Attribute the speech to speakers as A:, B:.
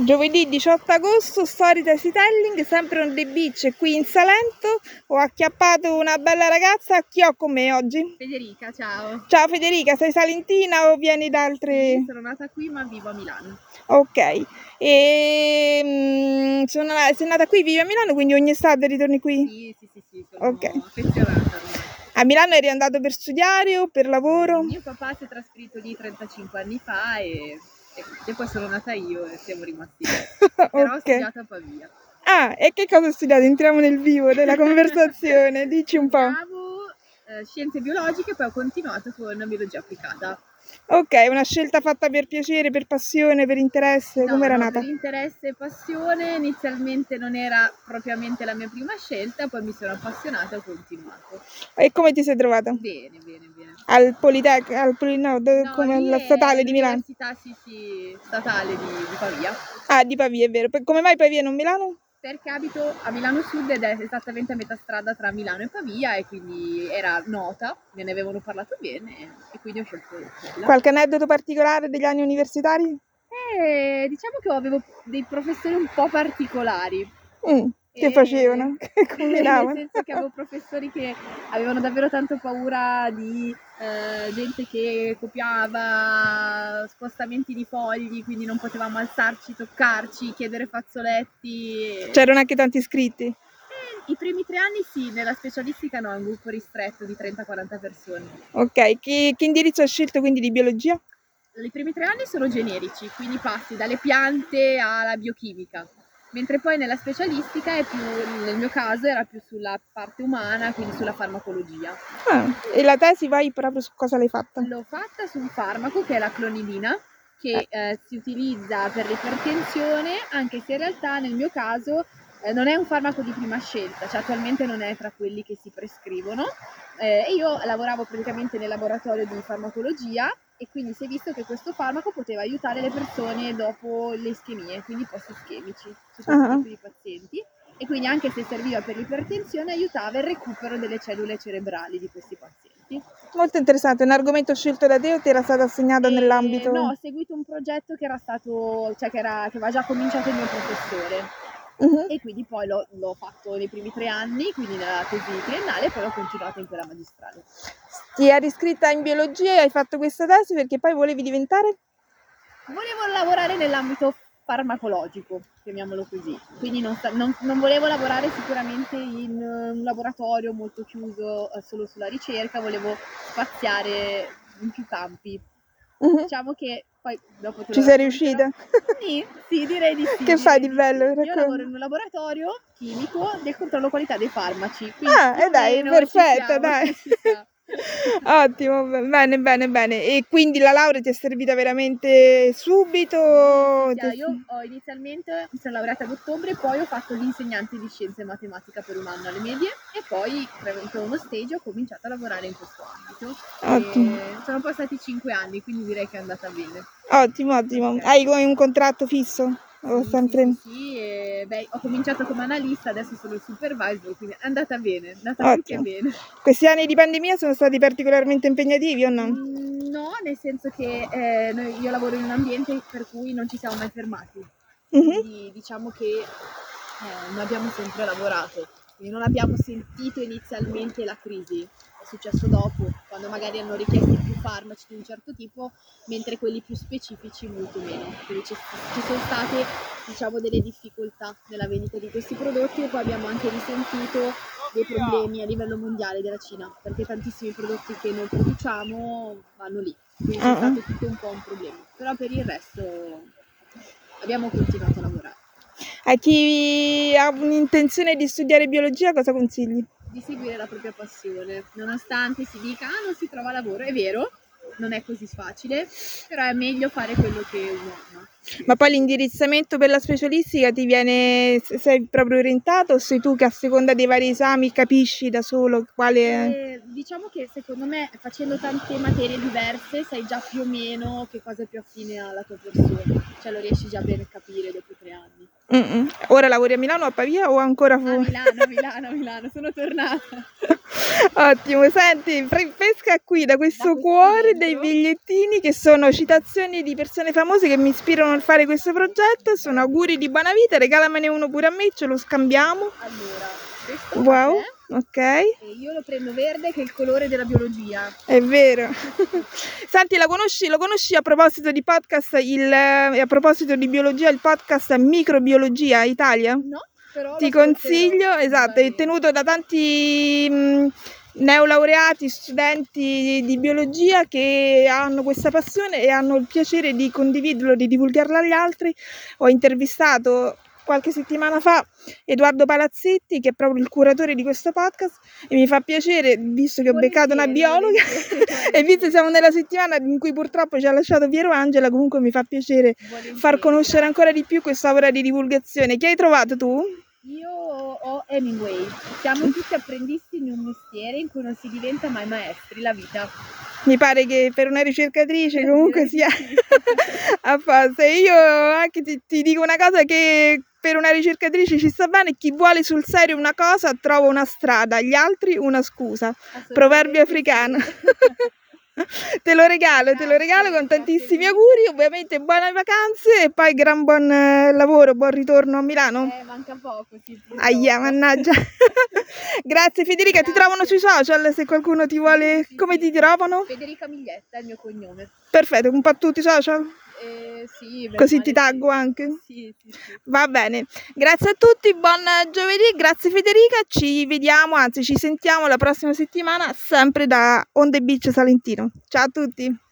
A: Giovedì 18 agosto, story tesitelling, sempre on the beach qui in Salento. Ho acchiappato una bella ragazza, chi ho con me oggi?
B: Federica, ciao.
A: Ciao Federica, sei salentina o vieni da altre...
B: Io Sono nata qui ma vivo a Milano.
A: Ok, e, mm, sono, sei nata qui, vivi a Milano, quindi ogni estate ritorni qui?
B: Sì, sì, sì, sì sono
A: Ok.
B: affezionata. ormai.
A: A Milano eri andato per studiare o per lavoro?
B: Mio papà si è trasferito lì 35 anni fa e, e- e poi sono nata io e siamo rimasti lì. Però ho
A: ok.
B: studiato a Pavia.
A: Ah, e che cosa hai studiato? Entriamo nel vivo della conversazione, dici un po'.
B: Studiavo eh, scienze biologiche e poi ho continuato con biologia applicata.
A: Ok, una scelta fatta per piacere, per passione, per interesse,
B: No,
A: come era
B: no,
A: nata?
B: Per interesse e passione inizialmente non era propriamente la mia prima scelta, poi mi sono appassionata e ho continuato.
A: E come ti sei trovata?
B: Bene, bene, bene.
A: Al Politec, al Poli- no, dove-
B: No,
A: come
B: lì
A: alla
B: è
A: statale di Milano.
B: l'università, sì, sì, statale di, di Pavia.
A: Ah, di Pavia, è vero. Per- Come mai Pavia e non Milano?
B: Perché abito a Milano Sud ed è esattamente a metà strada tra Milano e Pavia e quindi era nota, me ne avevano parlato bene e quindi ho scelto quella.
A: Qualche aneddoto particolare degli anni universitari?
B: Eh, diciamo che avevo dei professori un po' particolari.
A: Mm, che
B: E-
A: facevano? Che
B: Eh, Nel
A: combinavano?
B: senso che avevo professori che avevano davvero tanto paura di eh, gente che copiava spostamenti di fogli, quindi non potevamo alzarci, toccarci, chiedere fazzoletti.
A: C'erano anche tanti iscritti.
B: Eh, I primi tre anni sì, nella specialistica no, è un gruppo ristretto di 30-40 persone.
A: Ok, che, che indirizzo hai scelto quindi di biologia?
B: I primi tre anni sono generici, quindi passi dalle piante alla biochimica. Mentre poi nella specialistica è più, nel mio caso, era più sulla parte umana, quindi sulla farmacologia.
A: Ah, e la tesi vai proprio su cosa l'hai fatta?
B: L'ho fatta su un farmaco che è la clonidina, che eh, si utilizza per l'ipertensione, anche se in realtà nel mio caso eh, non è un farmaco di prima scelta, cioè attualmente non è tra quelli che si prescrivono. Eh, e io lavoravo praticamente nel laboratorio di farmacologia e quindi si è visto che questo farmaco poteva aiutare le persone dopo le ischemie, quindi post-ischemici, su questo
A: Ah.
B: tipo di pazienti. E quindi anche se serviva per l'ipertensione aiutava il recupero delle cellule cerebrali di questi pazienti.
A: Molto interessante, un argomento scelto da te o ti era stato assegnato
B: Eh,
A: nell'ambito?
B: No, ho seguito un progetto che era stato, cioè che, era, che aveva già cominciato il mio professore
A: Mhm.
B: e quindi poi l'ho, l'ho fatto nei primi tre anni, quindi nella tesi triennale e poi l'ho continuata in quella magistrale.
A: Ti eri iscritta in biologia e hai fatto questa tesi perché poi volevi diventare?
B: Volevo lavorare nell'ambito farmacologico, chiamiamolo così, quindi non, sta- non- non volevo lavorare sicuramente in eh, un laboratorio molto chiuso eh, solo sulla ricerca, volevo spaziare in più campi.
A: Mhm.
B: Diciamo che poi dopo te lo
A: Ci sei
B: racconterò.
A: riuscita?
B: Sì, sì, direi di sì.
A: Che fai di
B: direi
A: bello?
B: sì. Io
A: Racconta.
B: lavoro in un laboratorio chimico del controllo qualità dei farmaci. Quindi
A: Ah,
B: più
A: e
B: o
A: dai,
B: meno
A: perfetto,
B: ci siamo,
A: dai.
B: ci siamo.
A: Ottimo, be- bene, bene, bene. E quindi la laurea ti è servita veramente subito?
B: Sì,
A: Ti-
B: Io ho inizialmente mi sono laureata ad ottobre, poi ho fatto l'insegnante di scienze e matematica per un anno alle medie e poi tramite uno stage ho cominciato a lavorare in questo ambito.
A: Ottimo.
B: E sono passati cinque anni, quindi direi che è andata bene.
A: Ottimo, ottimo.
B: Ok.
A: Hai come un contratto fisso? O
B: Sì,
A: sempre-
B: Sì, sì, sì, e, beh, ho cominciato come analista, adesso sono il supervisor, quindi è andata bene, è andata più che
A: Ottimo.
B: bene.
A: Questi anni di pandemia sono stati particolarmente impegnativi o no?
B: Mm, No, nel senso che eh, noi- io lavoro in un ambiente per cui non ci siamo mai fermati,
A: Mhm.
B: quindi diciamo che eh, noi abbiamo sempre lavorato, quindi non abbiamo sentito inizialmente la crisi, è successo dopo, quando magari hanno richiesto più farmaci di un certo tipo, mentre quelli più specifici molto meno, quindi ci, ci sono state diciamo delle difficoltà nella vendita di questi prodotti e poi abbiamo anche risentito dei problemi a livello mondiale della Cina, perché tantissimi prodotti che noi produciamo vanno lì, quindi è
A: Ah, ah.
B: stato tutto un po' un problema, però per il resto abbiamo continuato a lavorare.
A: A chi ha un'intenzione di studiare biologia cosa consigli?
B: Di seguire la propria passione, nonostante si dica ah non si trova lavoro, è vero, non è così facile, però è meglio fare quello che uno ama.
A: Ma poi l'indirizzamento per la specialistica ti viene, se- sei proprio orientato o sei tu che a seconda dei vari esami capisci da solo quale...
B: Eh, diciamo che secondo me facendo tante materie diverse sai già più o meno che cosa è più affine alla tua persona, cioè lo riesci già bene a capire dopo tre anni.
A: Mm, mm. Ora lavori a Milano o a Pavia o ancora fu?
B: A Milano, a Milano, a Milano, sono tornata.
A: Ottimo, senti, fre- pesca qui da questo
B: questo
A: cuore
B: libro.
A: dei bigliettini che sono citazioni di persone famose che mi ispirano a fare questo progetto, sono auguri di buona vita, regalamene uno pure a me, ce lo scambiamo,
B: Allora, questo
A: Wow.
B: caffè,
A: ok?
B: e io lo prendo verde che è il colore della biologia.
A: È vero. Senti, la conosci, lo conosci a proposito di podcast, il, eh, a proposito di biologia, il podcast Microbiologia Italia?
B: No, però
A: Ti
B: lo
A: consiglio,
B: porterò.
A: esatto, è tenuto da tanti mh, neolaureati, studenti di biologia che hanno questa passione e hanno il piacere di condividerlo, di divulgarlo agli altri. Ho intervistato qualche settimana fa Edoardo Palazzetti, che è proprio il curatore di questo podcast, e mi fa piacere, visto che ho beccato una
B: Volentieri,
A: biologa,
B: volentieri.
A: e visto che siamo nella settimana in cui purtroppo ci ha lasciato Piero Angela, comunque mi fa piacere
B: Volentieri,
A: far conoscere
B: grazie.
A: ancora di più questa opera di divulgazione. Chi hai trovato tu?
B: Io ho Hemingway. Siamo tutti apprendisti in un mestiere in cui non si diventa mai maestri, la vita.
A: Mi pare che per una ricercatrice comunque
B: Direi
A: sia
B: di Eh, sì.
A: apposta. E Io anche ti, ti dico una cosa che per una ricercatrice ci sta bene, chi vuole sul serio una cosa trova una strada, gli altri una scusa.
B: Assolutamente
A: Proverbio
B: sì.
A: africano. Te lo regalo, te lo
B: Grazie,
A: regalo con
B: grazie
A: tantissimi
B: mille.
A: auguri, ovviamente buone vacanze e poi gran buon eh, lavoro, buon ritorno a Milano.
B: Eh, manca poco, sì. purtroppo.
A: Aia, mannaggia. Grazie Federica, ti
B: Grazie.
A: trovano sui social se qualcuno ti vuole...
B: Sì, sì,
A: Come
B: sì.
A: ti trovano?
B: Federica Miglietta è il mio cognome.
A: Perfetto, un po' tutti i social?
B: Eh, sì, bene
A: Così
B: male,
A: ti
B: sì.
A: taggo anche.
B: Sì, sì, sì.
A: Va bene, grazie a tutti, buon giovedì, grazie Federica, ci vediamo, anzi ci sentiamo la prossima settimana sempre da On the Beach Salentino. Ciao a tutti!